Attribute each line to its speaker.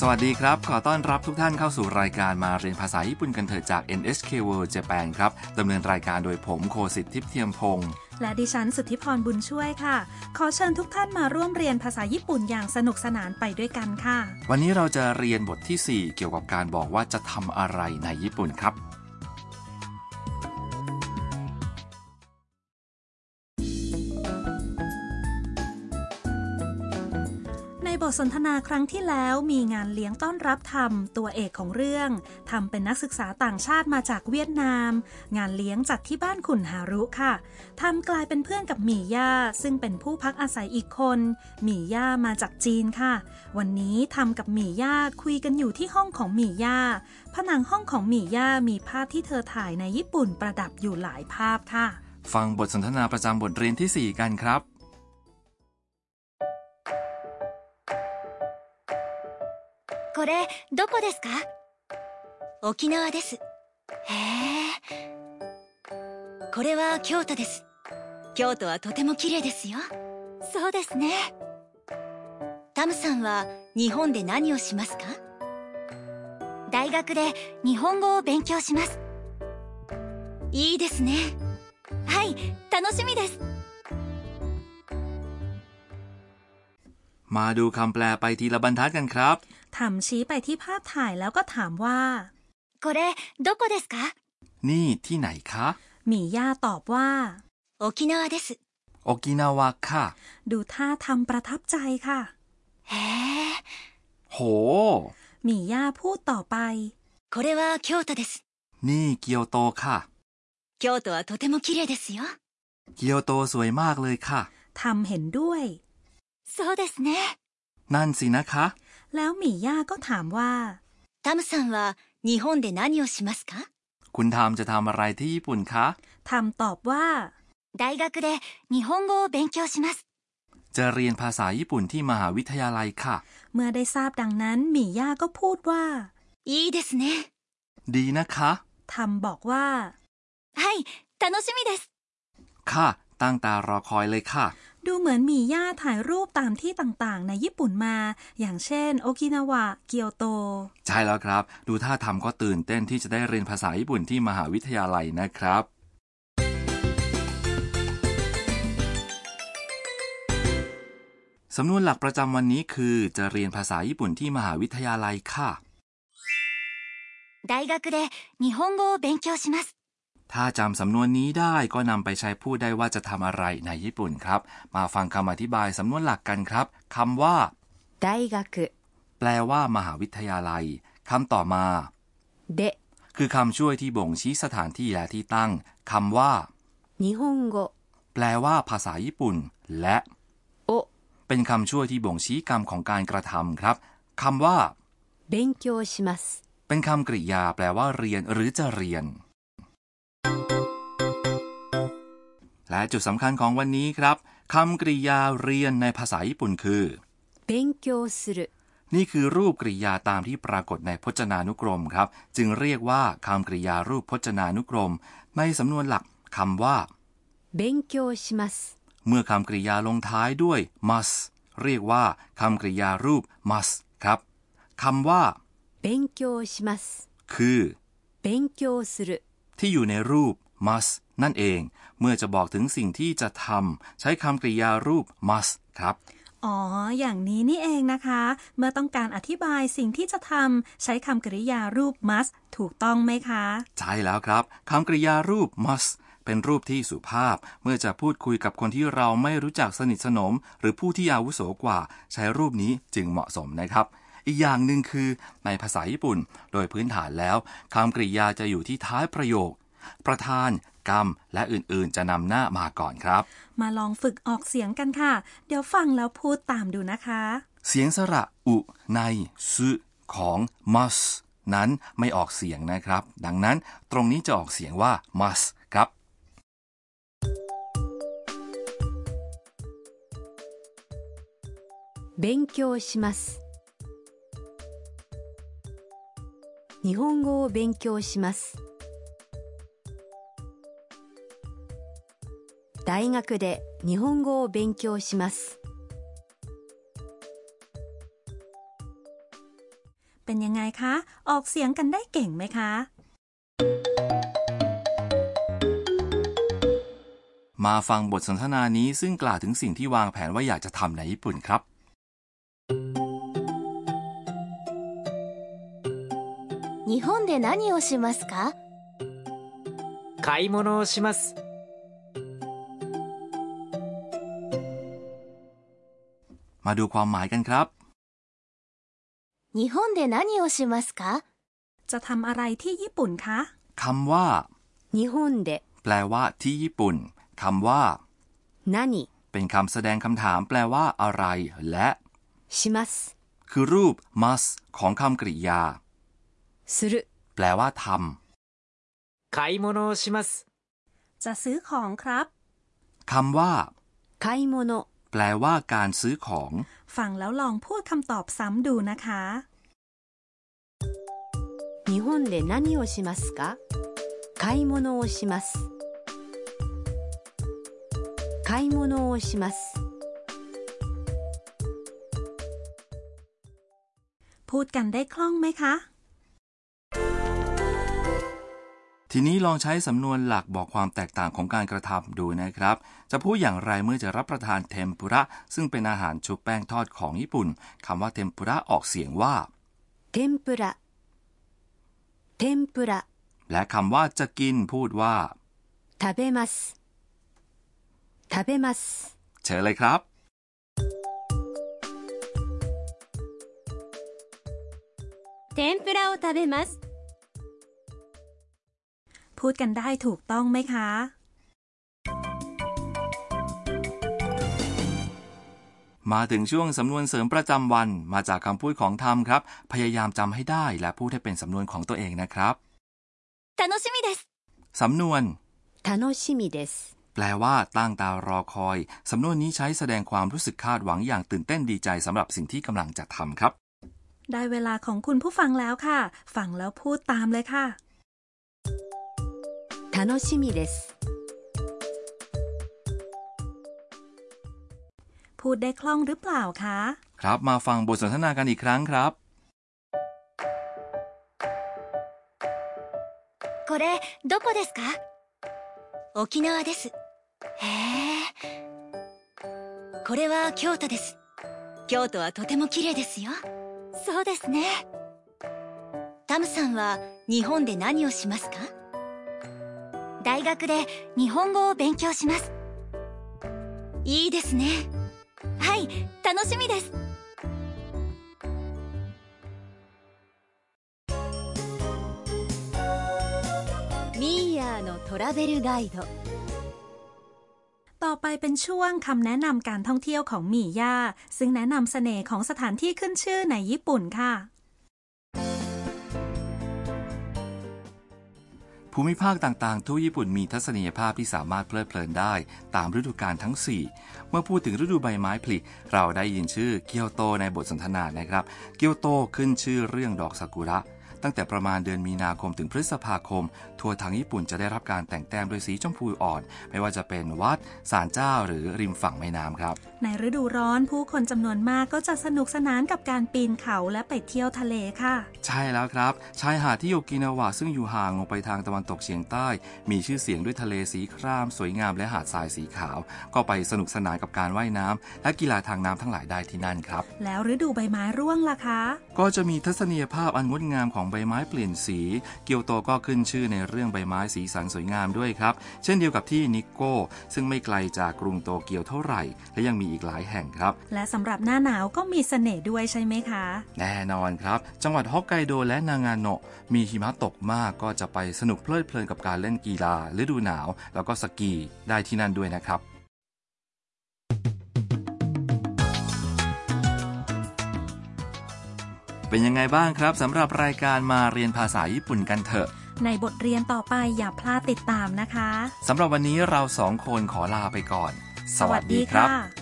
Speaker 1: สวัสดีครับ ขอต้อนรับทุกท่านเข้าสู่รายการมาเรียนภาษาญี่ปุ่นกันเถอะจาก NHK World Japan ครับ ดำเนินรายการโดยผมโคสิทธิ์ทิพย์เทียมพงศ์
Speaker 2: และดิฉันสุทธิพรบุญช่วยค่ะ ขอเชิญทุกท่านมาร่วมเรียนภาษาญี่ปุ่นอย่างสนุกสนานไปด้วยกันค่ะ
Speaker 1: วันนี้เราจะเรียนบทที่ 4 เกี่ยวกับการบอกว่าจะทำอะไรในญี่ปุ่นครับ
Speaker 2: ในบทสนทนาครั้งที่แล้วมีงานเลี้ยงต้อนรับธรรม ตัวเอกของเรื่องทำเป็นนักศึกษาต่างชาติมาจากเวียดนาม งานเลี้ยงจัดที่บ้านขุนหารุค่ะทำกลายเป็นเพื่อนกับหมี่ย่า ซึ่งเป็นผู้พักอาศัยอีกคน หมี่ย่ามาจากจีนค่ะ วันนี้ทำกับหมี่ย่าคุยกันอยู่ที่ห้องของหมี่ย่า ผนังห้องของหมี่ย่ามีภาพที่เธอถ่ายในญี่ปุ่นประดับอยู่หลายภาพค่ะ
Speaker 1: ฟังบทสนทนาประจำบทเรียนทีสี่ 4 กันครับ
Speaker 3: これどこですか沖縄ですへえこれは京都です京都はとても綺麗ですよそうですねタムさんは日本で何をしますか大学で日本語を勉強しますいいですねはい楽しみです
Speaker 1: มาดูคำแปลไปทีละบรรทัดกันครับ
Speaker 2: ทำชี้ไปที่ภาพถ่ายแล้วก็ถามว่า
Speaker 3: これどこですか
Speaker 1: นี่ที่ไหนคะ
Speaker 2: หมีย่าตอบว่า
Speaker 3: 沖縄です
Speaker 1: โอกินาวะค่ะ
Speaker 2: ดูท่าทำประทับใจค่ะ
Speaker 3: へえ
Speaker 1: โห
Speaker 2: หมีย่าพูดต่อไป
Speaker 3: これは京都です
Speaker 1: นี่เกียวโตค่ะ
Speaker 3: 京都はとても綺麗ですよ
Speaker 1: เกียวโตสวยมากเลยค่ะ
Speaker 2: ทำเห็นด้วย
Speaker 3: そうですね
Speaker 1: นั่นสินะคะ
Speaker 2: แล้วหมีย่าก็ถามว่า
Speaker 3: タムさんは日本で何をしますか
Speaker 1: คุณทามจะทำอะไรที่ญี่ปุ่นคะ
Speaker 2: ทำตอบว่า
Speaker 3: 大学で日本語を勉強します
Speaker 1: จะเรียนภาษาญี่ปุ่นที่มหาวิทยาลัยค่ะ
Speaker 2: เมื่อได้ทราบดังนั้นหมีย่าก็พูดว่า
Speaker 3: いいですね
Speaker 1: ดีนะคะ
Speaker 2: ทำบอกว่า
Speaker 3: はい楽しみです
Speaker 1: ค่ะ ตั้งตารอคอยเลยค่ะ
Speaker 2: ดูเหมือนหมีย่าถ่ายรูปตามที่ต่างๆ ในญี่ปุ่นมา อย่างเช่น โอกินาวะ เกียวโต
Speaker 1: ใช่แล้วครับ ดูท่าทำก็ตื่นเต้นที่จะได้เรียนภาษาญี่ปุ่นที่มหาวิทยาลัยนะครับ สำนวนหลักประจำวันนี้คือจะเรียนภาษาญี่ปุ่นที่มหาวิทยาลัยค่ะ
Speaker 3: 大学で日本語を勉強します
Speaker 1: ถ้าจำสำนวนนี้ได้ก็นำไปใช้พูดได้ว่าจะทำอะไรในญี่ปุ่นครับ มาฟังคำอธิบายสำนวนหลักกันครับคำว่า
Speaker 3: 大学
Speaker 1: แปลว่ามหาวิทยาลัยคำต่อมา
Speaker 3: で
Speaker 1: คือคำช่วยที่บ่งชี้สถานที่และที่ตั้งคำว่า
Speaker 3: 日本語
Speaker 1: แปลว่าภาษาญี่ปุ่น และ
Speaker 3: を
Speaker 1: เป็นคำช่วยที่บ่งชี้กรรมของการกระทำครับคำว่า
Speaker 3: 勉強します
Speaker 1: เป็นคำกริยาแปลว่าเรียนหรือจะเรียน และจุดสำคัญของวันนี้ครับคำกริยาเรียนในภาษาญี่ปุ่นคือ
Speaker 3: 勉強する
Speaker 1: นี่คือรูปกริยาตามที่ปรากฏในพจนานุกรมครับ จึงเรียกว่าคำกริยารูปพจนานุกรม ในสำนวนหลักคำว่า
Speaker 3: 勉強します
Speaker 1: เมื่อคำกริยาลงท้ายด้วย must เรียกว่าคำกริยารูป must ครับคำว่า
Speaker 3: 勉強します
Speaker 1: คือ
Speaker 3: 勉強する
Speaker 1: ที่อยู่ในรูป must นั่นเอง เมื่อจะบอกถึงสิ่งที่จะทำใช้คำกริยารูป must ครับ
Speaker 2: อ๋อ อย่างนี้นี่เองนะคะ เมื่อต้องการอธิบายสิ่งที่จะทำใช้คำกริยารูป must ถูกต้องไหมคะ
Speaker 1: ใช่แล้วครับคำกริยารูป must เป็นรูปที่สุภาพ เมื่อจะพูดคุยกับคนที่เราไม่รู้จักสนิทสนม หรือผู้ที่อาวุโสกว่า ใช้รูปนี้จึงเหมาะสมนะครับ อีกอย่างหนึ่งคือ ในภาษาญี่ปุ่น โดยพื้นฐานแล้วคำกริยาจะอยู่ที่ท้ายประโยค ประธาน กรรม และอื่นๆ จะนำหน้ามาก่อนครับ
Speaker 2: มาลองฝึกออกเสียงกันค่ะ เดี๋ยวฟังแล้วพูดตามดูนะคะ
Speaker 1: เสียงสระอุในซึของ must นั้นไม่ออกเสียงนะครับ ดังนั้นตรงนี้จะออกเสียงว่า must ครับ
Speaker 3: 勉強します日本語を勉強します
Speaker 4: 大学で日本語を勉強します
Speaker 2: เป็นยังไงคะ ออกเสียงกันได้เก่งไหมคะ
Speaker 1: มาฟังบทสนทนานี้ซึ่งกล่าวถึงสิ่งที่วางแผนว่าอยากจะทำในญี่ปุ่นครับ
Speaker 3: 日本で何をしますか
Speaker 5: 買い物をします
Speaker 1: มาดูความหมายกันครับ
Speaker 3: 日本で何をしますか
Speaker 2: จะทำอะไรที่ญี่ปุ่นคะ
Speaker 1: คำว่า
Speaker 4: 日本で
Speaker 1: แปลว่า ที่ญี่ปุ่นคำว่า
Speaker 4: 何
Speaker 1: เป็นคำแสดงคำถาม แปลว่า อะไร และ
Speaker 4: します
Speaker 1: คือรูป must ของคำกริยา
Speaker 4: する
Speaker 1: แปลว่าท
Speaker 5: 買い物をします
Speaker 2: จะซื้อของครับ
Speaker 1: ำคำว่า
Speaker 4: 買い物
Speaker 1: แปลว่าการซื้อของ
Speaker 2: ฟังแล้วลองพูดคำตอบซ้ำดูนะคะ
Speaker 4: 日本で何をしますか買い物をします買い物をします
Speaker 2: พูดกันได้คล่องไหมคะ
Speaker 1: ทีนี้ลองใช้สำนวนหลักบอกความแตกต่างของการกระทำดูนะครับ จะพูดอย่างไรเมื่อจะรับประทานเทมปุระ ซึ่งเป็นอาหารชุบแป้งทอดของญี่ปุ่นคำว่าเทมปุระออกเสียงว่า
Speaker 4: 天ぷら天ぷら
Speaker 1: และคำว่าจะกินพูดว่า
Speaker 4: 食べます食べます
Speaker 1: เชิญเลยครับ
Speaker 3: 天ぷらを食べます
Speaker 2: พูดกันได้ถูกต้องไหมคะ
Speaker 1: มาถึงช่วงสำนวนเสริมประจำวัน มาจากคำพูดของทำครับ พยายามจำให้ได้และพูดให้เป็นสำนวนของตัวเองนะครับ
Speaker 3: 楽しみです
Speaker 1: สำนวน
Speaker 4: 楽しみです
Speaker 1: แปลว่าตั้งตารอคอย สำนวนนี้ใช้แสดงความรู้สึกคาดหวังอย่างตื่นเต้นดีใจสำหรับสิ่งที่กำลังจะทำครับ
Speaker 2: ได้เวลาของคุณผู้ฟังแล้วค่ะ ฟังแล้วพูดตามเลยค่ะ
Speaker 4: 楽しみです
Speaker 2: พูดได้คล่องหรือเปล่าคะ
Speaker 1: ครับ มาฟังบทสนทนากันอีกครั้งครับ
Speaker 3: これどこですか沖縄ですへえこれは京都です京都はとても綺麗ですよそうですねタムさんは日本で何をしますか大学で日本語を勉強しますいいですねはい楽しみです
Speaker 4: ミーヤーのトラベルガイド
Speaker 2: ต่อไปเป็นช่วงคำแนะนำการท่องเที่ยวของหมี่ย่า ซึ่งแนะนำเสน่ห์ของสถานที่ขึ้นชื่อในญี่ปุ่นค่ะ
Speaker 1: ภูมิภาคต่างๆ ทั่วญี่ปุ่นมีทัศนียภาพที่สามารถเพลิดเพลินได้ ตามฤดูกาลทั้ง 4 เมื่อพูดถึงฤดูใบไม้ผลิเราได้ยินชื่อเกียวโตในบทสนทนานะครับ เกียวโตขึ้นชื่อเรื่องดอกซากุระ ตั้งแต่ประมาณเดือนมีนาคมถึงพฤษภาคม ทั่วทั้งญี่ปุ่นจะได้รับการแต่งแต้มด้วยสีชมพูอ่อน ไม่ว่าจะเป็นวัดศาลเจ้าหรือริมฝั่งแม่น้ำครับ
Speaker 2: ในฤดูร้อนผู้คนจำนวนมากก็จะสนุกสนานกับการปีนเขาและไปเที่ยวทะเลค่ะ
Speaker 1: ใช่แล้วครับ ชายหาดที่โยกินาวะซึ่งอยู่ห่างออกไปทางตะวันตกเฉียงใต้ มีชื่อเสียงด้วยทะเลสีคราม สวยงามและหาดทรายสีขาว ก็ไปสนุกสนานกับการว่ายน้ำและกีฬาทางน้ำทั้งหลายได้ที่นั่นครับ
Speaker 2: แล้วฤดูใบไม้ร่วงล่ะคะ
Speaker 1: ก็จะมีทัศนียภาพอันงดงามของใบไม้เปลี่ยนสี เกียวโตก็ขึ้นชื่อในเรื่องใบไม้สีสันสวยงามด้วยครับ เช่นเดียวกับที่นิโก้ ซึ่งไม่ไกลจากกรุงโตเกียวเท่าไหร่ และยังมีอีกหลายแห่งครับ
Speaker 2: และสำหรับหน้าหนาวก็มีเสน่ห์ด้วยใช่ไหมคะ
Speaker 1: แน่นอนครับ จังหวัดฮอกไกโดและนางาโนะมีหิมะตกมากก็จะไปสนุกเพลิดเพลินกับการเล่นกีฬาฤดูหนาว แล้วก็สกีได้ที่นั่นด้วยนะครับ เป็นยังไงบ้างครับสำหรับรายการมาเรียนภาษาญี่ปุ่นกันเถอะ
Speaker 2: ในบทเรียนต่อไปอย่าพลาดติดตามนะคะ
Speaker 1: สำหรับวันนี้เราสองคนขอลาไปก่อน สวัสดีครับ
Speaker 2: สวัสดีค่ะ